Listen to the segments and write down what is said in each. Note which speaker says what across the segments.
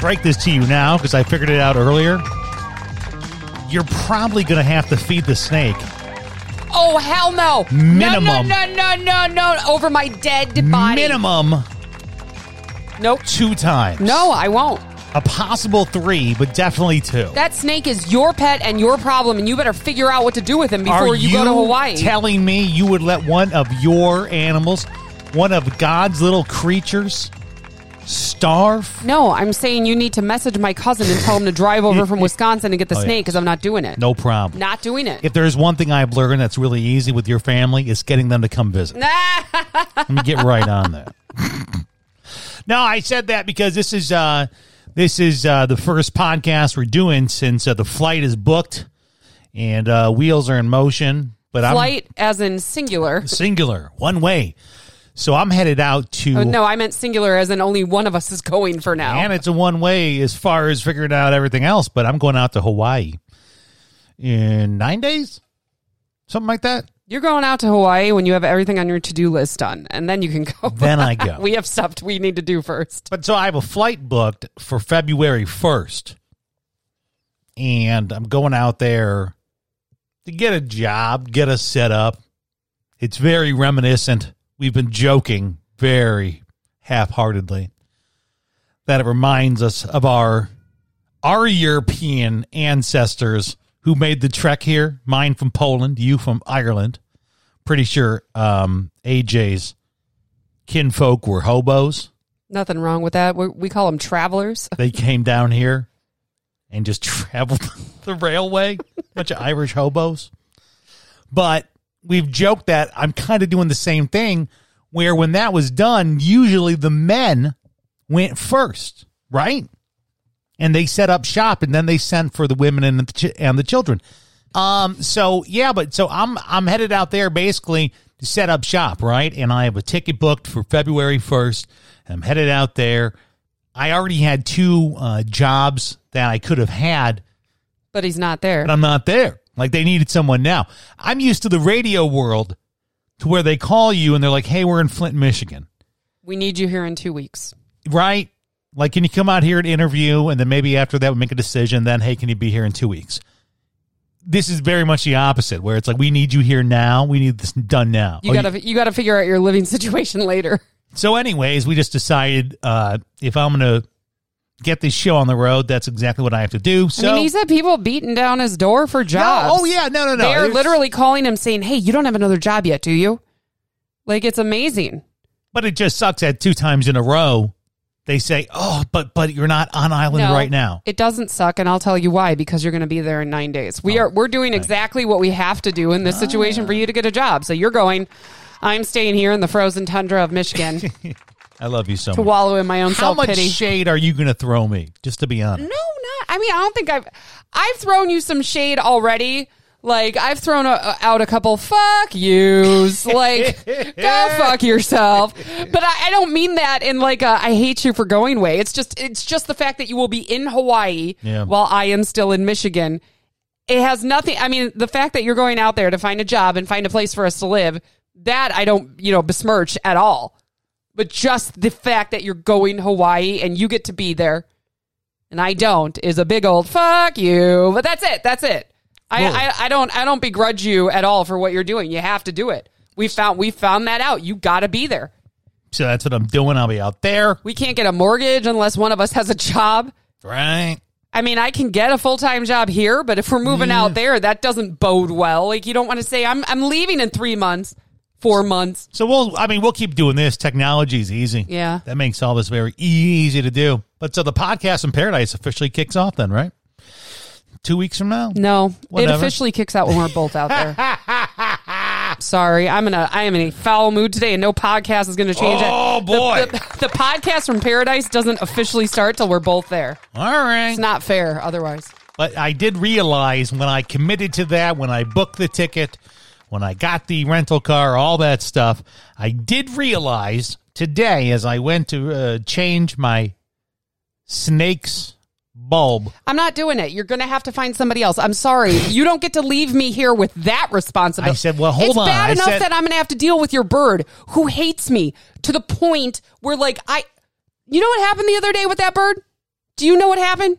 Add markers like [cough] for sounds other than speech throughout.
Speaker 1: break this to you now because I figured it out earlier. You're probably going to have to feed the snake.
Speaker 2: Oh hell no!
Speaker 1: Minimum.
Speaker 2: No no no no no! no. Over my dead body.
Speaker 1: Minimum
Speaker 2: Nope.
Speaker 1: two times.
Speaker 2: No, I won't.
Speaker 1: A possible three, but definitely two.
Speaker 2: That snake is your pet and your problem, and you better figure out what to do with him before
Speaker 1: Are you,
Speaker 2: go to Hawaii.
Speaker 1: telling me you would let one of your animals, one of God's little creatures, starve?
Speaker 2: no, I'm saying you need to message my cousin and tell him to drive over from Wisconsin and get the
Speaker 1: Oh, yeah.
Speaker 2: snake because I'm not doing it.
Speaker 1: No problem.
Speaker 2: Not doing it. [laughs]
Speaker 1: If there's one thing I've learned that's really easy with your family, it's getting them to come visit. Let me get right on that. [laughs] no, I said that because this is uh, this is uh, the first podcast we're doing since uh, the flight is booked and uh, wheels are in motion. But
Speaker 2: Flight as in singular.
Speaker 1: I'm singular, one way. So I'm headed out to
Speaker 2: Oh, no, I meant singular as in only one of us is going for now.
Speaker 1: and it's a one way as far as figuring out everything else. But I'm going out to Hawaii in nine days, something like that.
Speaker 2: You're going out to Hawaii when you have everything on your to do list done, and then you can go.
Speaker 1: Then
Speaker 2: [laughs]
Speaker 1: I go.
Speaker 2: we have stuff we need to do first.
Speaker 1: But so I have a flight booked for February 1st. And I'm going out there to get a job, get us set up. It's very reminiscent. We've been joking very half heartedly that it reminds us of our our European ancestors who made the trek here, mine from Poland, you from Ireland. Pretty sure um, AJ's kinfolk were hobos
Speaker 2: Nothing wrong with that. we we call them travelers.
Speaker 1: they came down here and just [laughs] traveled the railway. Bunch of Irish hobos. But we've joked that I'm kind of doing the same thing where when that was done, usually the men went first, right? And they set up shop and then they sent for the women and the, ch- and the children. Um so yeah, but so I'm I'm headed out there basically to set up shop, right? And I have a ticket booked for February 1st. I'm headed out there. I already had two uh, jobs that I could have had,
Speaker 2: But he's not there.
Speaker 1: but I'm not there. Like they needed someone now. I'm used to the radio world to where they call you and they're like, hey, we're in Flint, Michigan,
Speaker 2: We need you here in two weeks.
Speaker 1: right? Like, can you come out here and interview? And then maybe after that, we make a decision. Then, hey, can you be here in two weeks? This is very much the opposite, where it's like, we need you here now. We need this done now.
Speaker 2: You
Speaker 1: Oh,
Speaker 2: gotta you gotta figure out your living [laughs] situation later.
Speaker 1: So, anyways, we just decided uh, if I'm going to get this show on the road, that's exactly what I have to do. So,
Speaker 2: I mean, he's had people beating down his door for jobs.
Speaker 1: No, oh, yeah. No, no, no.
Speaker 2: They're
Speaker 1: It's-
Speaker 2: literally calling him saying, "Hey, you don't have another job yet, do you?" Like it's amazing.
Speaker 1: But it just sucks that two times in a row they say, "Oh, but but you're not on island
Speaker 2: No,
Speaker 1: right now." [laughs]
Speaker 2: It doesn't suck, and I'll tell you why. Because you're going to be there in nine days.
Speaker 1: Oh,
Speaker 2: We are we're doing exactly what we have to do in this situation
Speaker 1: Ah.
Speaker 2: for you to get a job. So you're going. I'm staying here in the frozen tundra
Speaker 1: [laughs]
Speaker 2: of Michigan to
Speaker 1: I love you so much.
Speaker 2: wallow in my own
Speaker 1: How
Speaker 2: self
Speaker 1: much
Speaker 2: pity.
Speaker 1: shade are you going to throw me? Just to be honest,
Speaker 2: No, not. I mean, I don't think I've I've thrown you some shade already. Like I've thrown a, out a couple fuck yous. Like go fuck yourself. But I, I don't mean that in like a I hate you for going way. It's just it's just the fact that you will be in Hawaii
Speaker 1: Yeah.
Speaker 2: while I am still in Michigan. It has nothing. I mean, the fact that you're going out there to find a job and find a place for us to live, that I don't, you know, besmirch at all. But just the fact that you're going to Hawaii and you get to be there and I don't is a big old fuck you. But that's it. That's it. I,
Speaker 1: Cool.
Speaker 2: I, I don't I don't begrudge you at all for what you're doing. You have to do it. We found we found that out. You got to be there.
Speaker 1: so that's what I'm doing. I'll be out there,
Speaker 2: We can't get a mortgage unless one of us has a job.
Speaker 1: right?
Speaker 2: I mean, I can get a full time job here, but if we're moving out there, that doesn't bode well. Like you don't want to say I'm I'm leaving in three months, four months.
Speaker 1: So we'll, I mean, we'll keep doing this. Technology is easy.
Speaker 2: Yeah.
Speaker 1: That makes all this very e, easy to do. But so the podcast in paradise officially kicks off then, right? Two weeks from now?
Speaker 2: No,
Speaker 1: Whatever. [laughs]
Speaker 2: it officially kicks out when we're both out there. I'm sorry. I'm in a I am in a foul mood today, and no podcast is going to change it.
Speaker 1: Oh,
Speaker 2: The-
Speaker 1: boy.
Speaker 2: the, the podcast from Paradise doesn't officially start till we're both there.
Speaker 1: All right.
Speaker 2: It's not fair otherwise.
Speaker 1: But I did realize when I committed to that, when I booked the ticket, when I got the rental car, all that stuff, I did realize today as I went to uh, change my snake's bulb.
Speaker 2: I'm not doing it. You're going to have to find somebody else. I'm sorry. You don't get to leave me here with that responsibility.
Speaker 1: I said, well, hold
Speaker 2: it's
Speaker 1: on.
Speaker 2: bad
Speaker 1: I
Speaker 2: enough
Speaker 1: said-
Speaker 2: that I'm going to have to deal with your bird who hates me to the point where, like, I. You know what happened the other day with that bird? Do you know what happened?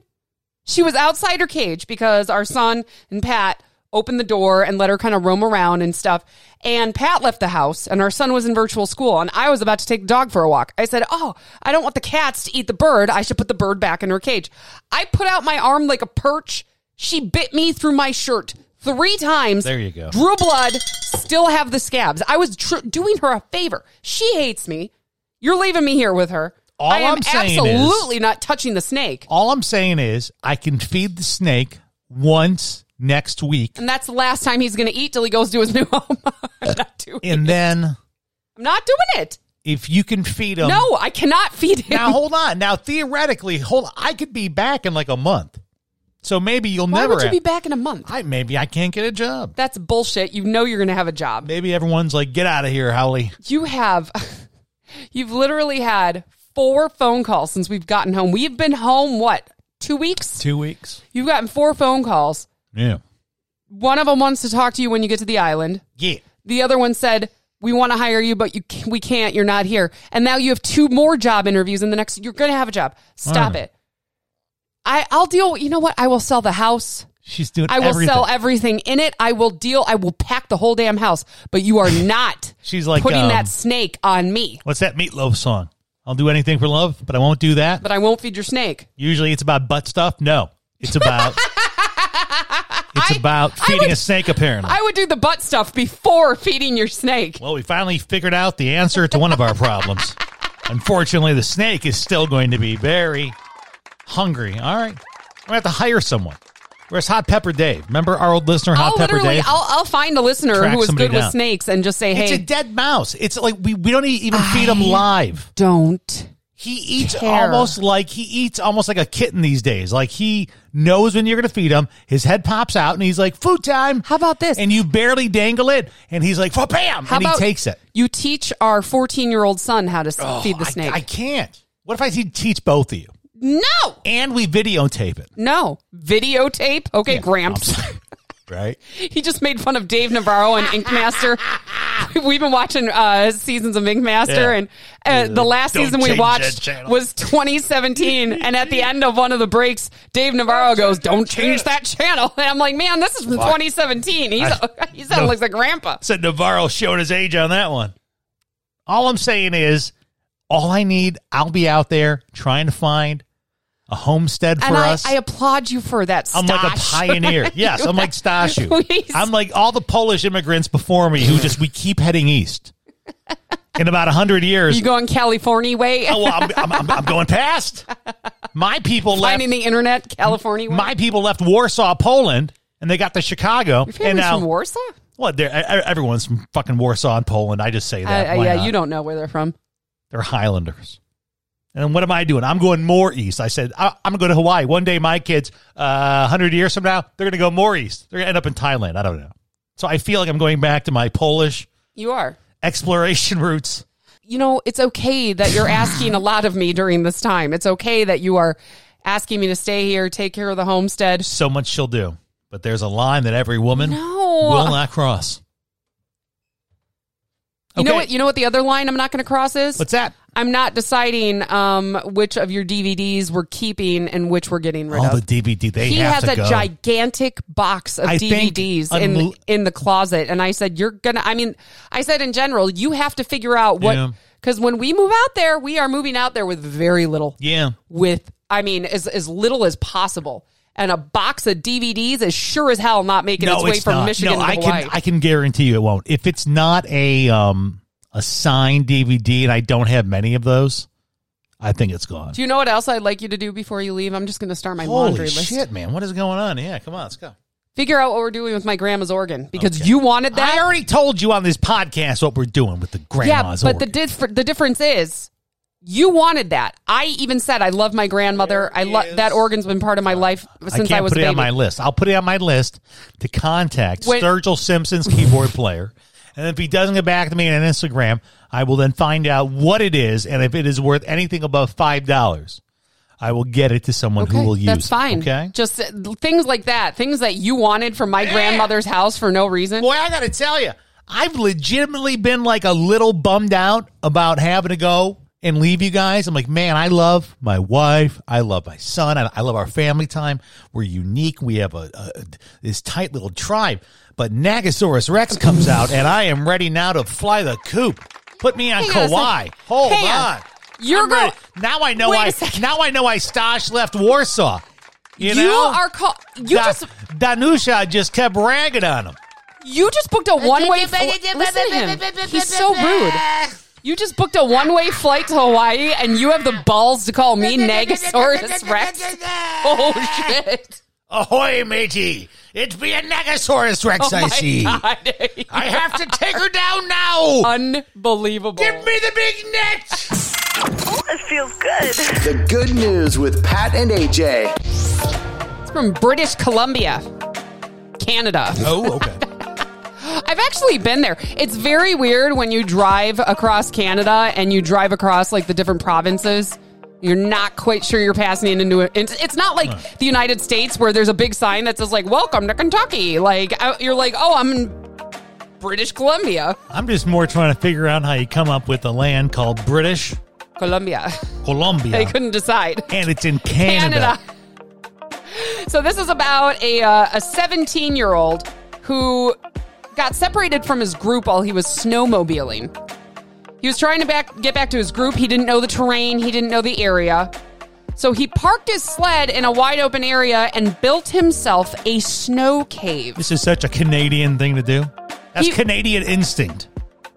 Speaker 2: She was outside her cage because our son and Pat opened the door and let her kind of roam around and stuff. And Pat left the house, and our son was in virtual school, and I was about to take the dog for a walk. I said, Oh, I don't want the cats to eat the bird. I should put the bird back in her cage. I put out my arm like a perch. She bit me through my shirt three times.
Speaker 1: There you go.
Speaker 2: Drew blood, still have the scabs. I was tr- doing her a favor. She hates me. You're leaving me here with her.
Speaker 1: All
Speaker 2: I am
Speaker 1: I'm saying is-
Speaker 2: absolutely not touching the snake.
Speaker 1: All I'm saying is I can feed the snake once next week
Speaker 2: and that's the last time he's going to eat till he goes to his new [laughs] home. I'm not doing it.
Speaker 1: and then
Speaker 2: I'm not doing it.
Speaker 1: if you can feed him
Speaker 2: No, I cannot feed him.
Speaker 1: Um, Now hold on. Now theoretically, hold on. I could be back in like a month. So maybe you'll
Speaker 2: Why
Speaker 1: never
Speaker 2: would you
Speaker 1: have-
Speaker 2: be back in a month?
Speaker 1: I maybe I can't get a job.
Speaker 2: that's bullshit. You know you're going to have a job.
Speaker 1: Maybe everyone's like, get out of here, Howley.
Speaker 2: You have, [laughs] you've literally had four phone calls since we've gotten home. We've been home, what, two weeks?
Speaker 1: Two weeks.
Speaker 2: You've gotten four phone calls.
Speaker 1: Yeah.
Speaker 2: One of them wants to talk to you when you get to the island.
Speaker 1: Yeah.
Speaker 2: The other one said, "We want to hire you, but you can, we can't. You're not here." And now you have two more job interviews in the next. You're going to have a job. Stop
Speaker 1: Mm.
Speaker 2: it. I I'll deal. You know what? I will sell the house.
Speaker 1: She's doing
Speaker 2: I will
Speaker 1: everything.
Speaker 2: sell everything in it. I will deal. I will pack the whole damn house. But you are not.
Speaker 1: [laughs] She's like,
Speaker 2: putting
Speaker 1: um,
Speaker 2: that snake on me.
Speaker 1: What's that meatloaf song? I'll do anything for love, but I won't do that.
Speaker 2: But I won't feed your snake.
Speaker 1: Usually it's about butt stuff. No. It's
Speaker 2: [laughs]
Speaker 1: about It's about
Speaker 2: I
Speaker 1: feeding
Speaker 2: would-
Speaker 1: a snake apparently.
Speaker 2: I would do the butt stuff before [laughs] feeding your snake.
Speaker 1: well, we finally figured out the answer to one of our problems. Unfortunately, the snake is still going to be very hungry. All right. I'm gonna have to hire someone. Where's Hot Pepper Dave? Remember our old listener, Hot
Speaker 2: I'll
Speaker 1: Pepper
Speaker 2: Oh, literally,
Speaker 1: Dave?
Speaker 2: I'll, I'll find a listener
Speaker 1: Track
Speaker 2: who is
Speaker 1: somebody
Speaker 2: good with
Speaker 1: down.
Speaker 2: snakes and just say,
Speaker 1: It's a
Speaker 2: "Hey,
Speaker 1: dead mouse. It's like we, we don't e, even feed him live.
Speaker 2: don't."
Speaker 1: He eats
Speaker 2: care.
Speaker 1: almost like he eats almost like a kitten these days. Like he knows when you're going to feed him. His head pops out and he's like, "Food time."
Speaker 2: How about this?
Speaker 1: And you barely dangle it, and he's like, "Bam!"
Speaker 2: How
Speaker 1: and he
Speaker 2: about
Speaker 1: takes it. Oh,
Speaker 2: You teach our 14 year old son how to s feed the
Speaker 1: I-
Speaker 2: snake.
Speaker 1: I, can't. What if I te- teach both of you
Speaker 2: no,
Speaker 1: and we videotape it?
Speaker 2: no. Videotape. Okay, [laughs]
Speaker 1: I'm
Speaker 2: Gramps.
Speaker 1: sorry. [laughs] right?
Speaker 2: He just made fun of Dave Navarro and Ink Master. [laughs] We've been watching uh, seasons of Ink Master,
Speaker 1: Yeah.
Speaker 2: and uh, the last
Speaker 1: Don't
Speaker 2: season we
Speaker 1: change
Speaker 2: watched
Speaker 1: that channel. [laughs]
Speaker 2: was 2017. and at the end of one of the breaks, Dave Navarro goes, "Don't change that channel." [laughs] And I'm like, "Man, this is from 2017. [laughs] He's
Speaker 1: I-
Speaker 2: he sounds
Speaker 1: no.
Speaker 2: looks like Grandpa."
Speaker 1: Said Navarro showed his age on that one. All I'm saying is, all I need, I'll be out there trying to find a homestead for
Speaker 2: And I,
Speaker 1: us.
Speaker 2: I applaud you for that.
Speaker 1: I'm like a
Speaker 2: Stosh.
Speaker 1: pioneer.
Speaker 2: [laughs]
Speaker 1: Yes, I'm like Stashu.
Speaker 2: Please.
Speaker 1: I'm like all the Polish immigrants before me who just we keep heading east. In about hundred years,
Speaker 2: You going California way?
Speaker 1: oh, well, I'm, I'm, I'm, I'm going past. My people left.
Speaker 2: finding the internet California. way.
Speaker 1: My people left Warsaw, Poland, and they got to Chicago.
Speaker 2: Your
Speaker 1: and
Speaker 2: family's
Speaker 1: now,
Speaker 2: from Warsaw?
Speaker 1: what? they're- e- e- Everyone's from fucking Warsaw and Poland. I just say that.
Speaker 2: Uh,
Speaker 1: Why
Speaker 2: yeah,
Speaker 1: not?
Speaker 2: you don't know where they're from.
Speaker 1: They're Highlanders. And what am I doing? I'm going more east. I said I, I'm going to go to Hawaii one day. My kids, uh, hundred years from now, they're going to go more east. They're going to end up in Thailand. I don't know. So I feel like I'm going back to my Polish
Speaker 2: You are.
Speaker 1: exploration [laughs] roots.
Speaker 2: You know, it's okay
Speaker 1: [laughs]
Speaker 2: that you're asking a lot of me during this time. It's okay that you are asking me to stay here, take care of the homestead.
Speaker 1: So much she'll do, but there's a line that every woman
Speaker 2: No.
Speaker 1: will not cross.
Speaker 2: You know
Speaker 1: Okay.
Speaker 2: what? You know what the other line I'm not going to cross is?
Speaker 1: What's that?
Speaker 2: I'm not deciding um, which of your DVDs we're keeping and which we're getting rid
Speaker 1: All
Speaker 2: of.
Speaker 1: the DVD they
Speaker 2: he
Speaker 1: have
Speaker 2: has
Speaker 1: to
Speaker 2: a
Speaker 1: go.
Speaker 2: gigantic box of
Speaker 1: I think
Speaker 2: DVDs
Speaker 1: unlo-
Speaker 2: in in the closet, and I said, "You're gonna." I mean, I said in general, you have to figure out
Speaker 1: Yeah.
Speaker 2: what because when we move out there, we are moving out there with very little.
Speaker 1: yeah,
Speaker 2: with I mean, as as little as possible, and a box of DVDs is sure as hell not making its,
Speaker 1: no,
Speaker 2: way
Speaker 1: it's
Speaker 2: from
Speaker 1: not.
Speaker 2: Michigan
Speaker 1: no,
Speaker 2: to
Speaker 1: I
Speaker 2: Hawaii.
Speaker 1: can I can guarantee you it won't. If it's not a um a signed DVD, and I don't have many of those, I think it's gone.
Speaker 2: Do you know what else I'd like you to do before you leave? I'm just going to start my
Speaker 1: Holy
Speaker 2: laundry list.
Speaker 1: shit, man! What is going on? Yeah, come on, let's go.
Speaker 2: Figure out what we're doing with my grandma's organ because you wanted that.
Speaker 1: I already told you on this podcast what we're doing with the
Speaker 2: yeah,
Speaker 1: grandma's
Speaker 2: but the
Speaker 1: organ.
Speaker 2: dif- the difference is you wanted that. I even said I love my grandmother. I love that organ's been part of my life
Speaker 1: I
Speaker 2: since
Speaker 1: can't
Speaker 2: I, was
Speaker 1: put
Speaker 2: a
Speaker 1: it
Speaker 2: baby.
Speaker 1: on my list. I'll put it on my list to contact
Speaker 2: Wait.
Speaker 1: Sturgill Simpson's keyboard player. And if he doesn't get back to me on Instagram, I will then find out what it is. And if it is worth anything above $5, I will get it to someone who will use
Speaker 2: that's
Speaker 1: it,
Speaker 2: fine.
Speaker 1: Okay.
Speaker 2: Just uh, things like that. Things that you wanted from my grandmother's house for no reason.
Speaker 1: Boy, I got to tell you, I've legitimately been like a little bummed out about having to go and leave you guys. I'm like, man, I love my wife. I love my son. I, I love our family time. We're unique. We have a, a this tight little tribe. But Nagasaurus Rex comes out, and I am ready now to fly the coop. Put me on
Speaker 2: Hang on a
Speaker 1: Kauai.
Speaker 2: second.
Speaker 1: Hold
Speaker 2: Hang on.
Speaker 1: on.
Speaker 2: You're
Speaker 1: I'm ready.
Speaker 2: go-
Speaker 1: now. I know
Speaker 2: Wait a
Speaker 1: I
Speaker 2: second.
Speaker 1: now I know I Stosh left Warsaw. You,
Speaker 2: You,
Speaker 1: know,
Speaker 2: are call- you
Speaker 1: Da-
Speaker 2: just
Speaker 1: Danusha just kept ragging on him.
Speaker 2: you just booked a one way. flight. Listen to him. He's so rude. You just booked a one way flight to Hawaii, and you have the balls to
Speaker 1: [laughs]
Speaker 2: call me Nagasaurus Rex. Oh shit!
Speaker 1: Ahoy, matey! It be a Nagasaurus Rex
Speaker 2: Oh
Speaker 1: I
Speaker 2: my
Speaker 1: see.
Speaker 2: God.
Speaker 1: I have to take her down
Speaker 2: [laughs]
Speaker 1: now!
Speaker 2: Unbelievable.
Speaker 1: Give me the big net!
Speaker 3: It feels good.
Speaker 4: The good news with Pat and AJ.
Speaker 2: It's from British Columbia, Canada.
Speaker 1: oh, okay.
Speaker 2: I've actually been there. It's very weird when you drive across Canada and you drive across like the different provinces. You're not quite sure you're passing into it. It's, it's not like the United States where there's a big sign that says like "Welcome to Kentucky." Like I- you're like, "Oh, I'm in British Columbia,
Speaker 1: I'm just more trying to figure out how you come up with a land called British
Speaker 2: Columbia." [laughs] They
Speaker 1: Columbia.
Speaker 2: couldn't decide.
Speaker 1: And it's in Canada.
Speaker 2: So this is about a uh, a 17 year old who got separated from his group while he was snowmobiling. He was trying to back get back to his group. He didn't know the terrain. He didn't know the area. So he parked his sled in a wide open area and built himself a snow cave.
Speaker 1: This is such a Canadian thing to do. That's
Speaker 2: You-
Speaker 1: Canadian instinct.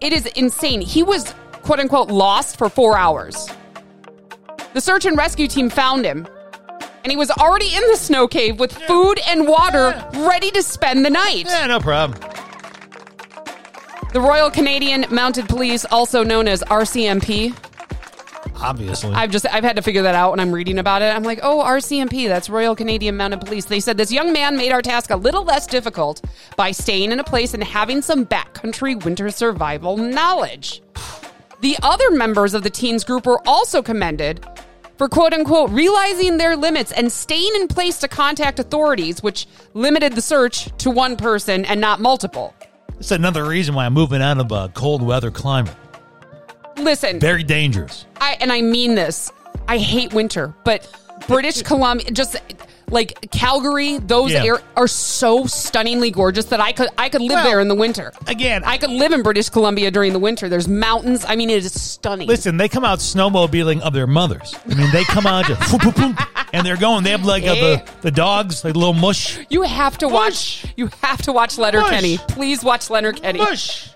Speaker 2: It is insane. He was quote unquote lost for four hours. The search and rescue team found him, and he was already in the snow cave with food and water ready to spend the night.
Speaker 1: Yeah, no problem.
Speaker 2: The Royal Canadian Mounted Police, also known as RCMP.
Speaker 1: Obviously.
Speaker 2: I've just I've had to figure that out when I'm reading about it. I'm like, oh, RCMP, that's Royal Canadian Mounted Police. They said this young man made our task a little less difficult by staying in a place and having some backcountry winter survival knowledge. The other members of the teens group were also commended for quote unquote realizing their limits and staying in place to contact authorities, which limited the search to one person and not multiple.
Speaker 1: It's another reason why I'm moving out of a cold weather climate.
Speaker 2: Listen,
Speaker 1: Very dangerous.
Speaker 2: I and I mean this. I hate winter, but British Columbia, just like Calgary, those
Speaker 1: Yeah.
Speaker 2: air are so stunningly gorgeous that I could I could live
Speaker 1: Well,
Speaker 2: there in the winter.
Speaker 1: Again,
Speaker 2: I could live in British Columbia during the winter. There's mountains. I mean, it is stunning.
Speaker 1: Listen, they come out snowmobiling of their mothers. I mean, they come out just whoop, whoop, whoop, and they're going. They have like uh,
Speaker 2: Yeah.
Speaker 1: the the dogs, like little mush.
Speaker 2: you have to watch. You have to watch Letterkenny.
Speaker 1: Mush.
Speaker 2: Please watch Letterkenny.
Speaker 1: Mush.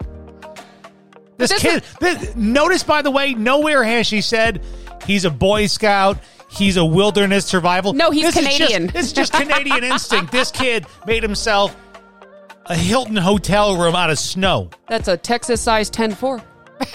Speaker 1: This
Speaker 2: this
Speaker 1: kid. This, notice, by the way, nowhere has she said he's a Boy Scout. He's a wilderness survival.
Speaker 2: No, he's
Speaker 1: This is just-
Speaker 2: Canadian.
Speaker 1: this is just
Speaker 2: [laughs]
Speaker 1: Canadian instinct. This kid made himself a Hilton hotel room out of snow.
Speaker 2: That's a Texas size 10-4.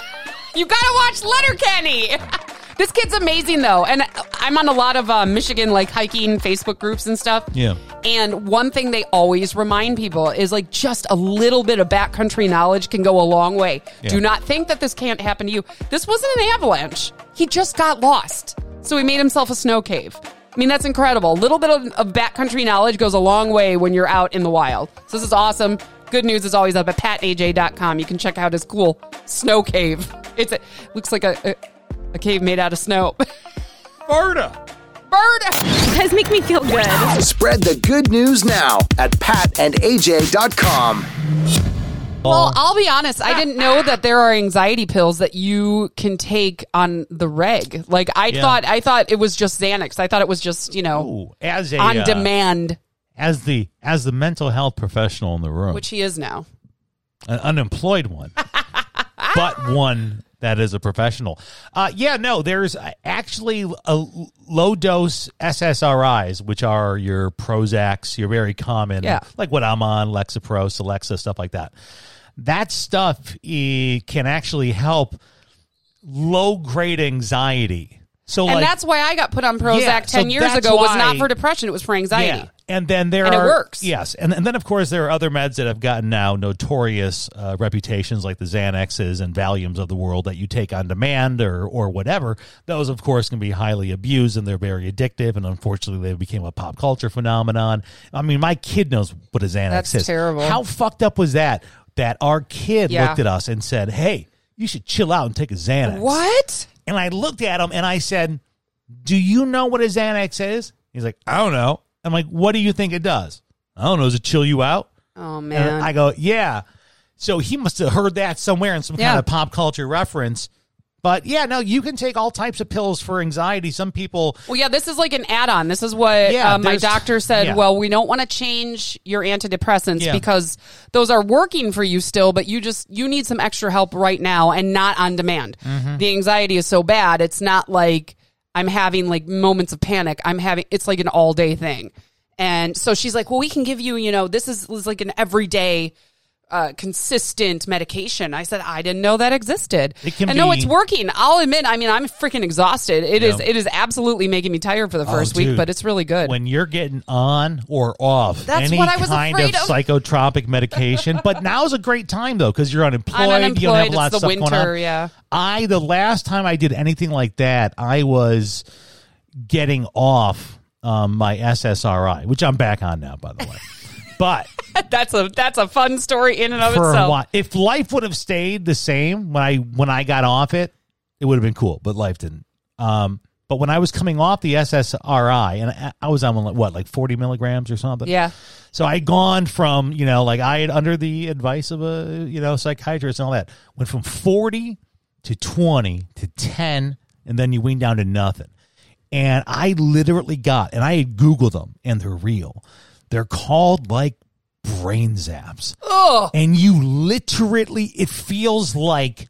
Speaker 2: [laughs] you gotta watch Letterkenny. [laughs] this kid's amazing though, and I'm on a lot of uh, Michigan like hiking Facebook groups and stuff.
Speaker 1: Yeah.
Speaker 2: And one thing they always remind people is like just a little bit of backcountry knowledge can go a long way.
Speaker 1: Yeah.
Speaker 2: Do not think that this can't happen to you. This wasn't an avalanche. He just got lost. So he made himself a snow cave. I mean, that's incredible. A little bit of, of backcountry knowledge goes a long way when you're out in the wild. So this is awesome. Good news is always up at pataj.com. You can check out his cool snow cave. It's a, looks like a, a, a cave made out of snow. [laughs]
Speaker 1: Berta.
Speaker 2: Bird!
Speaker 3: Guys, make me feel good.
Speaker 4: Spread the good news now at patandaj.com.
Speaker 2: Well, I'll be honest. I didn't know that there are anxiety pills that you can take on the reg. Like I
Speaker 1: Yeah.
Speaker 2: thought, I thought it was just Xanax. I thought it was just you know
Speaker 1: Ooh, as a
Speaker 2: on
Speaker 1: uh,
Speaker 2: demand,
Speaker 1: as the as the mental health professional in the room,
Speaker 2: which he is now. [laughs]
Speaker 1: an unemployed one, but one that is a professional. Uh, yeah, no, there's uh, actually a low dose SSRIs, which are your Prozacs, your very common,
Speaker 2: Yeah.
Speaker 1: like what I'm on, Lexapro, Celexa, stuff like that. That stuff eh, can actually help low grade anxiety. So,
Speaker 2: And
Speaker 1: like,
Speaker 2: that's why I got put on Prozac
Speaker 1: Yeah, so
Speaker 2: 10 years
Speaker 1: that's
Speaker 2: ago was not
Speaker 1: why-
Speaker 2: for depression, it was for anxiety.
Speaker 1: yeah. And then there
Speaker 2: And it
Speaker 1: are
Speaker 2: works.
Speaker 1: Yes, and and then of course there are other meds that have gotten now notorious uh, reputations, like the Xanaxes and Valiums of the world that you take on demand or or whatever. Those, of course, can be highly abused and they're very addictive. And unfortunately, they became a pop culture phenomenon. I mean, my kid knows what a Xanax
Speaker 2: That's
Speaker 1: is.
Speaker 2: terrible.
Speaker 1: How fucked up was that? That our kid
Speaker 2: Yeah.
Speaker 1: looked at us and said, "Hey, you should chill out and take a Xanax."
Speaker 2: What?
Speaker 1: And I looked at him and I said, Do you know what a Xanax is? He's like, I don't know. I'm like, What do you think it does? I don't know. Does it chill you out?
Speaker 2: Oh
Speaker 1: And
Speaker 2: man.
Speaker 1: I go, Yeah. So he must have heard that somewhere in some
Speaker 2: Yeah.
Speaker 1: kind of pop culture reference. But yeah, no, you can take all types of pills for anxiety. Some people,
Speaker 2: well, yeah, this is like an add-on. This is what
Speaker 1: Yeah,
Speaker 2: uh, my
Speaker 1: there's-
Speaker 2: doctor said.
Speaker 1: yeah.
Speaker 2: Well, we don't want to change your antidepressants
Speaker 1: Yeah.
Speaker 2: because those are working for you still, but you just you need some extra help right now and not on demand.
Speaker 1: Mm-hmm.
Speaker 2: The anxiety is so bad; it's not like I'm having like moments of panic. I'm having it's like an all-day thing. And so she's like, "Well, we can give you, you know, this is, is like an everyday." Uh, consistent medication. I said I didn't know that existed.
Speaker 1: It can
Speaker 2: and no,
Speaker 1: be-
Speaker 2: it's working. I'll admit. I mean, I'm freaking exhausted. It is.
Speaker 1: Yeah.
Speaker 2: It is absolutely making me tired for the first
Speaker 1: Oh,
Speaker 2: week,
Speaker 1: dude.
Speaker 2: but it's really good.
Speaker 1: when you're getting on or off
Speaker 2: That's
Speaker 1: any
Speaker 2: what I was
Speaker 1: kind
Speaker 2: afraid of.
Speaker 1: psychotropic medication. but now's a great time though, because you're unemployed. You don't
Speaker 2: unemployed,
Speaker 1: have
Speaker 2: it's
Speaker 1: a lot
Speaker 2: the
Speaker 1: of stuff going
Speaker 2: winter,
Speaker 1: on.
Speaker 2: yeah. [laughs]
Speaker 1: I the last time I did anything like that, I was getting off um, my SSRI, which I'm back on now, by the
Speaker 2: [laughs]
Speaker 1: way. But
Speaker 2: that's a that's a fun story in and of
Speaker 1: for a
Speaker 2: itself.
Speaker 1: while, if life would have stayed the same when I when I got off it, it would have been cool. But life didn't. Um, but when I was coming off the SSRI, and I, I was on like, what like 40 milligrams or something.
Speaker 2: Yeah.
Speaker 1: So I had gone from, you know, like I had under the advice of a, you know, psychiatrist and all that, went from 40 to 20 to 10, and then you went down to nothing. And I literally got, and I had Googled them, and they're real. They're called like brain zaps. And you literally, it feels like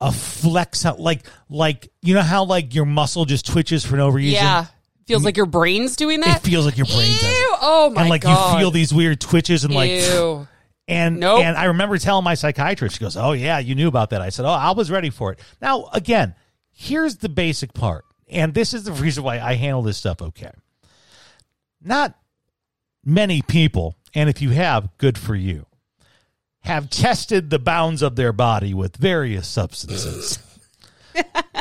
Speaker 1: a flex out, like, like, you know how like your muscle just twitches for no reason?
Speaker 2: Yeah. Feels like your brain's doing that.
Speaker 1: It feels like your brain does. it.
Speaker 2: Ew. Oh my
Speaker 1: and like
Speaker 2: god.
Speaker 1: you feel these weird twitches and like
Speaker 2: Ew.
Speaker 1: and
Speaker 2: Nope.
Speaker 1: and I remember telling my psychiatrist, she goes, "Oh yeah, you knew about that." I said, "Oh, I was ready for it." Now again, here's the basic part, and this is the [laughs] reason why I handle this stuff okay. Not many people, and if you have, good for you, have tested the bounds of their body with various substances.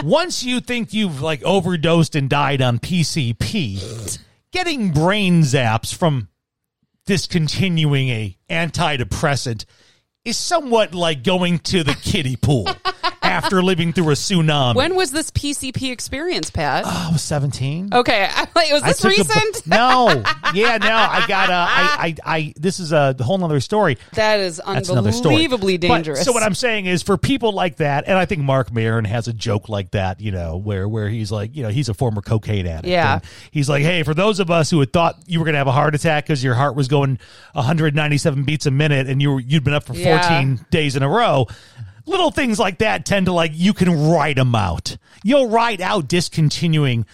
Speaker 1: Once you think you've like overdosed and died on PCP, getting brain zaps from discontinuing a antidepressant is somewhat like going to the kiddie
Speaker 2: [laughs]
Speaker 1: pool after living through a tsunami.
Speaker 2: When was this PCP experience, Pat?
Speaker 1: I was seventeen.
Speaker 2: okay, [laughs] I'm like, was Oh, this
Speaker 1: Uh, I took a bu-
Speaker 2: recent? [laughs]
Speaker 1: no, yeah, no. I got a. I, I, I. This is a whole other story.
Speaker 2: that is
Speaker 1: That's another story.
Speaker 2: unbelievably
Speaker 1: But-
Speaker 2: dangerous.
Speaker 1: so what I'm saying is, for people like that, and I think Mark Maron has a joke like that, you know, where where he's like, you know, he's a former cocaine addict.
Speaker 2: Yeah.
Speaker 1: And he's like, hey, for those of us who had thought you were going to have a heart attack because your heart was going 197 beats a minute and you were, you'd been up for 14
Speaker 2: Yeah.
Speaker 1: days in a row. Little things like that tend to like you can write them out. You'll write out discontinuing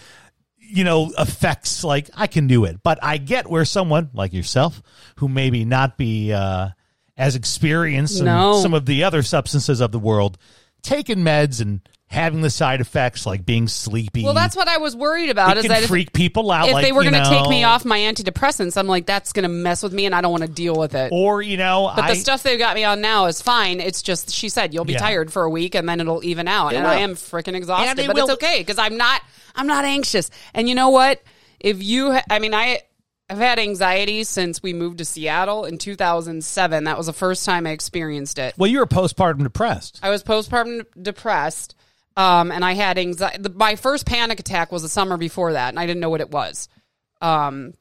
Speaker 1: you know, effects like I can do it. But I get where someone like yourself, who maybe not be uh, as experienced
Speaker 2: No.
Speaker 1: in some of the other substances of the world, taking meds and having the side effects like being sleepy.
Speaker 2: well, that's what I was worried
Speaker 1: it
Speaker 2: about. is
Speaker 1: can
Speaker 2: that if-
Speaker 1: freak people out.
Speaker 2: if
Speaker 1: like,
Speaker 2: they were
Speaker 1: you
Speaker 2: going to take
Speaker 1: know,
Speaker 2: me off my antidepressants, I'm like, that's going to mess with me, and I don't want to deal with it.
Speaker 1: or you know,
Speaker 2: But
Speaker 1: I,
Speaker 2: the stuff they've got me on now is fine. It's just she said you'll be
Speaker 1: Yeah.
Speaker 2: tired for a week and then it'll even out. and I
Speaker 1: will.
Speaker 2: am freaking exhausted,
Speaker 1: And they
Speaker 2: but it's
Speaker 1: will-
Speaker 2: okay because I'm not. I'm not anxious. And you know what? If you, ha- I mean, I have had anxiety since we moved to Seattle in 2007. That was the first time I experienced it.
Speaker 1: well, you were postpartum depressed.
Speaker 2: I was postpartum depressed, um, and I had anxiety. The, my first panic attack was the summer before that, and I didn't know what it was. Um,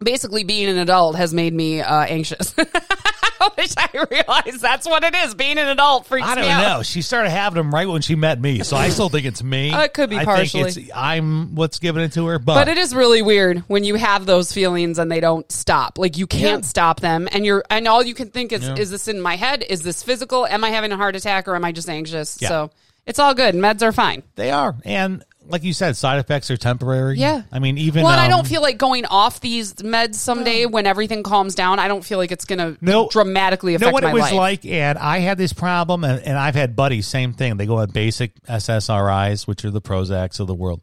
Speaker 2: basically, being an adult has made me uh, anxious. [laughs] Which I realize that's what it is. Being an adult freaks
Speaker 1: I don't
Speaker 2: me out.
Speaker 1: know. She started having them right when she met me, so I still think it's me.
Speaker 2: [laughs] Uh, it could be
Speaker 1: I
Speaker 2: partially.
Speaker 1: Think it's, I'm what's giving it to her, but,
Speaker 2: But it is really weird when you have those feelings and they don't stop. Like you can't
Speaker 1: Yeah.
Speaker 2: stop them, and you're and all you can think is, is this in my head? Is this physical? Am I having a heart attack or am I just anxious?
Speaker 1: Yeah.
Speaker 2: So It's all good. Meds are fine.
Speaker 1: They are, and like you said, side effects are temporary.
Speaker 2: Yeah.
Speaker 1: I mean, even
Speaker 2: Well, and I
Speaker 1: um,
Speaker 2: don't feel like going off these meds someday when everything calms down. I don't feel like it's going to
Speaker 1: No-
Speaker 2: dramatically affect
Speaker 1: know what
Speaker 2: my
Speaker 1: it was
Speaker 2: life.
Speaker 1: like, and I had this problem, and, and I've had buddies same thing. They go on basic SSRIs, which are the Prozacs of the world.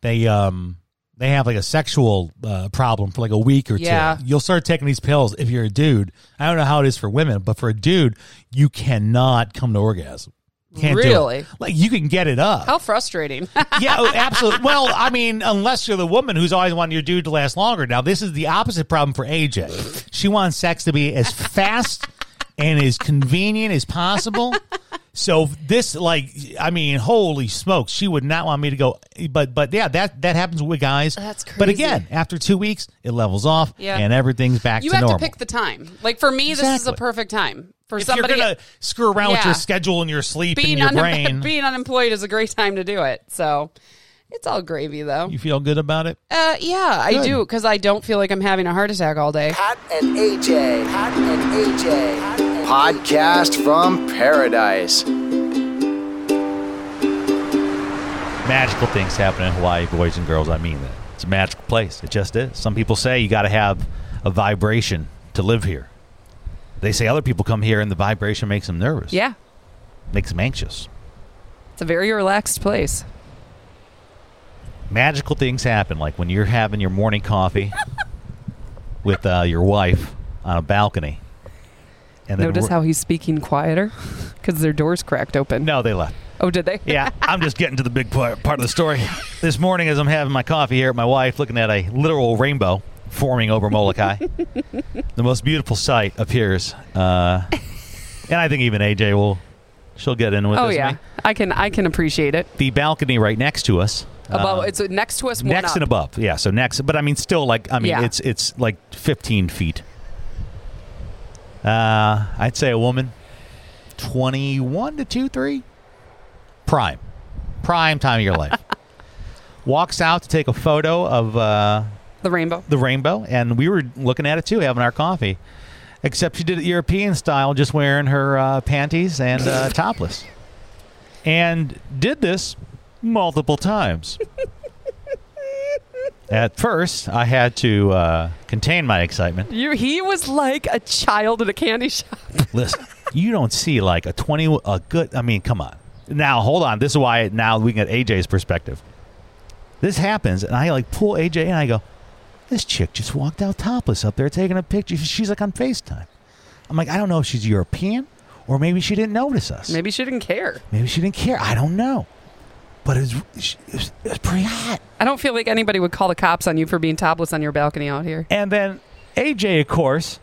Speaker 1: They um they have like a sexual uh, problem for like a week or
Speaker 2: Yeah.
Speaker 1: two. You'll start taking these pills if you're a dude. I don't know how it is for women, but for a dude, you cannot come to orgasm. Can't do it.
Speaker 2: Really?
Speaker 1: Like you can get it up.
Speaker 2: How frustrating. [laughs]
Speaker 1: yeah, oh, absolutely. Well, I mean, unless you're the woman who's always wanting your dude to last longer. Now, this is the opposite problem for AJ. She wants sex to be as fast and as convenient as possible. So this, like, I mean, holy smokes, she would not want me to go. But, but yeah, that that happens with guys.
Speaker 2: That's
Speaker 1: But
Speaker 2: crazy.
Speaker 1: again, after two weeks, it levels off,
Speaker 2: Yeah.
Speaker 1: and everything's back
Speaker 2: you
Speaker 1: to
Speaker 2: have
Speaker 1: normal.
Speaker 2: to pick the time. Like for me, this is the
Speaker 1: Exactly.
Speaker 2: perfect time. For
Speaker 1: if
Speaker 2: somebody
Speaker 1: you're gonna screw around with
Speaker 2: Yeah.
Speaker 1: your schedule and your sleep
Speaker 2: being,
Speaker 1: and your brain,
Speaker 2: unem- [laughs] being unemployed is a great time to do it. So it's all gravy though.
Speaker 1: you feel good about it.
Speaker 2: Uh, yeah, I
Speaker 1: Good.
Speaker 2: do because I don't feel like I'm having a heart attack all day.
Speaker 4: Pat and AJ. Pat and AJ. Podcast from paradise.
Speaker 1: magical things happen in Hawaii, boys and girls. I mean that. It's a magical place. It just is. Some people say you got to have a vibration to live here. They say other people come here and the vibration makes them nervous,
Speaker 2: Yeah,
Speaker 1: makes them anxious.
Speaker 2: it's a very relaxed place.
Speaker 1: Magical things happen, like when you're having your morning
Speaker 2: [laughs]
Speaker 1: coffee with uh, your wife on a balcony. And
Speaker 2: Notice
Speaker 1: we're-
Speaker 2: how he's speaking quieter [laughs] because their doors cracked open.
Speaker 1: No, they left.
Speaker 2: Oh, did they?
Speaker 1: yeah, I'm just getting to the big part, part of the story. This morning, as I'm having my coffee here at my wife, looking at a literal rainbow forming over Molokai, the most beautiful sight appears. Uh, and I think even AJ will, she'll get in with
Speaker 2: Oh
Speaker 1: this.
Speaker 2: yeah,
Speaker 1: me.
Speaker 2: I can I can appreciate it.
Speaker 1: The balcony right next to us.
Speaker 2: Above
Speaker 1: uh,
Speaker 2: it's next to us. One
Speaker 1: next
Speaker 2: up.
Speaker 1: and above. Yeah, so next, but I mean, still like, I mean,
Speaker 2: Yeah.
Speaker 1: it's it's like 15 feet. Uh, I'd say a woman, 21 to 2, 3, prime, prime time of your
Speaker 2: [laughs]
Speaker 1: life. Walks out to take a photo of uh,
Speaker 2: the rainbow.
Speaker 1: the rainbow, and we were looking at it too, having our coffee. Except she did it European style, just wearing her uh, panties and uh, topless, and did this multiple times. At first, I had to uh, contain my excitement.
Speaker 2: You he was like a child in a candy shop.
Speaker 1: Listen, you don't see like a twenty, a good. I mean, come on. Now, hold on. This is why now we can get AJ's perspective. This happens, and I like pull AJ, and I go, "This chick just walked out topless up there, taking a picture. She's like on Facetime." I'm like, I don't know if she's European or maybe she didn't notice us.
Speaker 2: Maybe she didn't care.
Speaker 1: Maybe she didn't care. I don't know. But it was, it was, it was pretty hot.
Speaker 2: I don't feel like anybody would call the cops on you for being topless on your balcony out here.
Speaker 1: And then AJ, of course,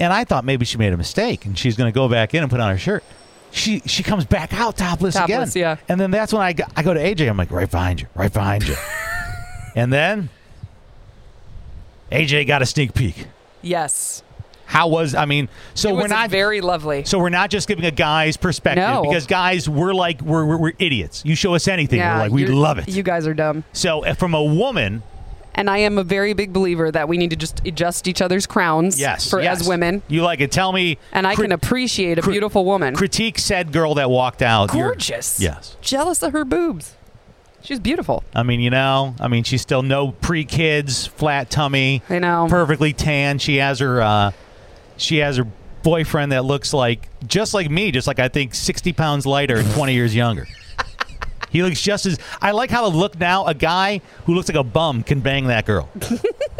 Speaker 1: and I thought maybe she made a mistake and she's going to go back in and put on her shirt. She she comes back out topless,
Speaker 2: Topless,
Speaker 1: again.
Speaker 2: yeah.
Speaker 1: And then that's when I go, I go to AJ. I'm like, right behind you, right behind
Speaker 2: [laughs]
Speaker 1: you. and then AJ got a sneak peek.
Speaker 2: Yes,
Speaker 1: How was I mean? So
Speaker 2: it
Speaker 1: we're
Speaker 2: was
Speaker 1: not
Speaker 2: very lovely.
Speaker 1: so we're not just giving a guy's perspective
Speaker 2: No.
Speaker 1: because guys, we're like we're, we're, we're idiots. You show us anything,
Speaker 2: Yeah,
Speaker 1: we're like we
Speaker 2: you're-
Speaker 1: love it.
Speaker 2: You guys are dumb.
Speaker 1: so uh, from a woman,
Speaker 2: And I am a very big believer that we need to just adjust each other's crowns
Speaker 1: yes,
Speaker 2: for
Speaker 1: yes.
Speaker 2: as women.
Speaker 1: you like it. Tell me,
Speaker 2: And I
Speaker 1: cri-
Speaker 2: can appreciate a
Speaker 1: cri-
Speaker 2: beautiful woman.
Speaker 1: critique said girl that walked out. You're-
Speaker 2: Gorgeous.
Speaker 1: yes.
Speaker 2: Jealous of her boobs. She's beautiful.
Speaker 1: I mean, you know, I mean, she's still no pre kids, flat tummy.
Speaker 2: I know.
Speaker 1: Perfectly tan. She has her, uh, she has her boyfriend that looks like just like me, just like I think sixty pounds lighter and twenty years
Speaker 2: [laughs]
Speaker 1: younger. He looks just as. I like how the look now. A guy who looks like a bum can bang that
Speaker 2: [laughs]
Speaker 1: girl.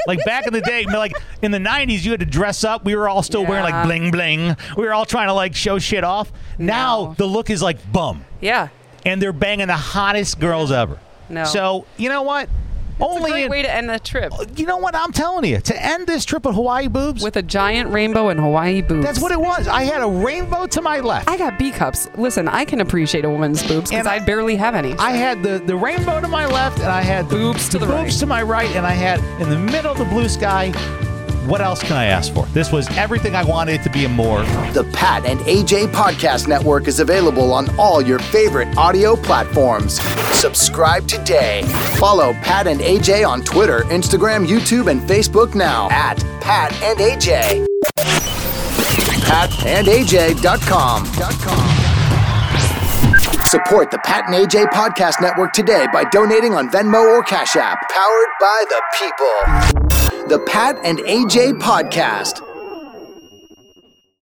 Speaker 1: like back in the day, I mean, like in the '90s, you had to dress up. We were all still wearing
Speaker 2: Yeah.
Speaker 1: like bling bling. We were all trying to like show shit off. Now
Speaker 2: No.
Speaker 1: the look is like bum
Speaker 2: Yeah.
Speaker 1: and they're banging the hottest girls ever.
Speaker 2: No.
Speaker 1: So you know what?
Speaker 2: It's a
Speaker 1: Only
Speaker 2: great
Speaker 1: in- Oh,
Speaker 2: way to end the trip
Speaker 1: you know what I'm telling you to end this trip at Hawaii boobs.
Speaker 2: with a giant rainbow and Hawaii boobs.
Speaker 1: that's what it was. I had a rainbow to my left.
Speaker 2: I got B cups. Listen, I can appreciate a woman's boobs
Speaker 1: And
Speaker 2: because I,
Speaker 1: I-
Speaker 2: barely have any.
Speaker 1: I had the, the rainbow to my left, and I had
Speaker 2: Boobs to
Speaker 1: the
Speaker 2: the
Speaker 1: boobs
Speaker 2: right.
Speaker 1: to my right, and I had in the middle of the blue sky. What else can I ask for? This was everything I wanted it to be and more.
Speaker 4: The Pat and AJ Podcast Network is available on all your favorite audio platforms. Subscribe today. Follow Pat and AJ on Twitter, Instagram, YouTube, and Facebook now at Pat and AJ. PatandAJ.com. Support the Pat and AJ Podcast Network today by donating on Venmo or Cash App. Powered by the people. The Pat and AJ Podcast.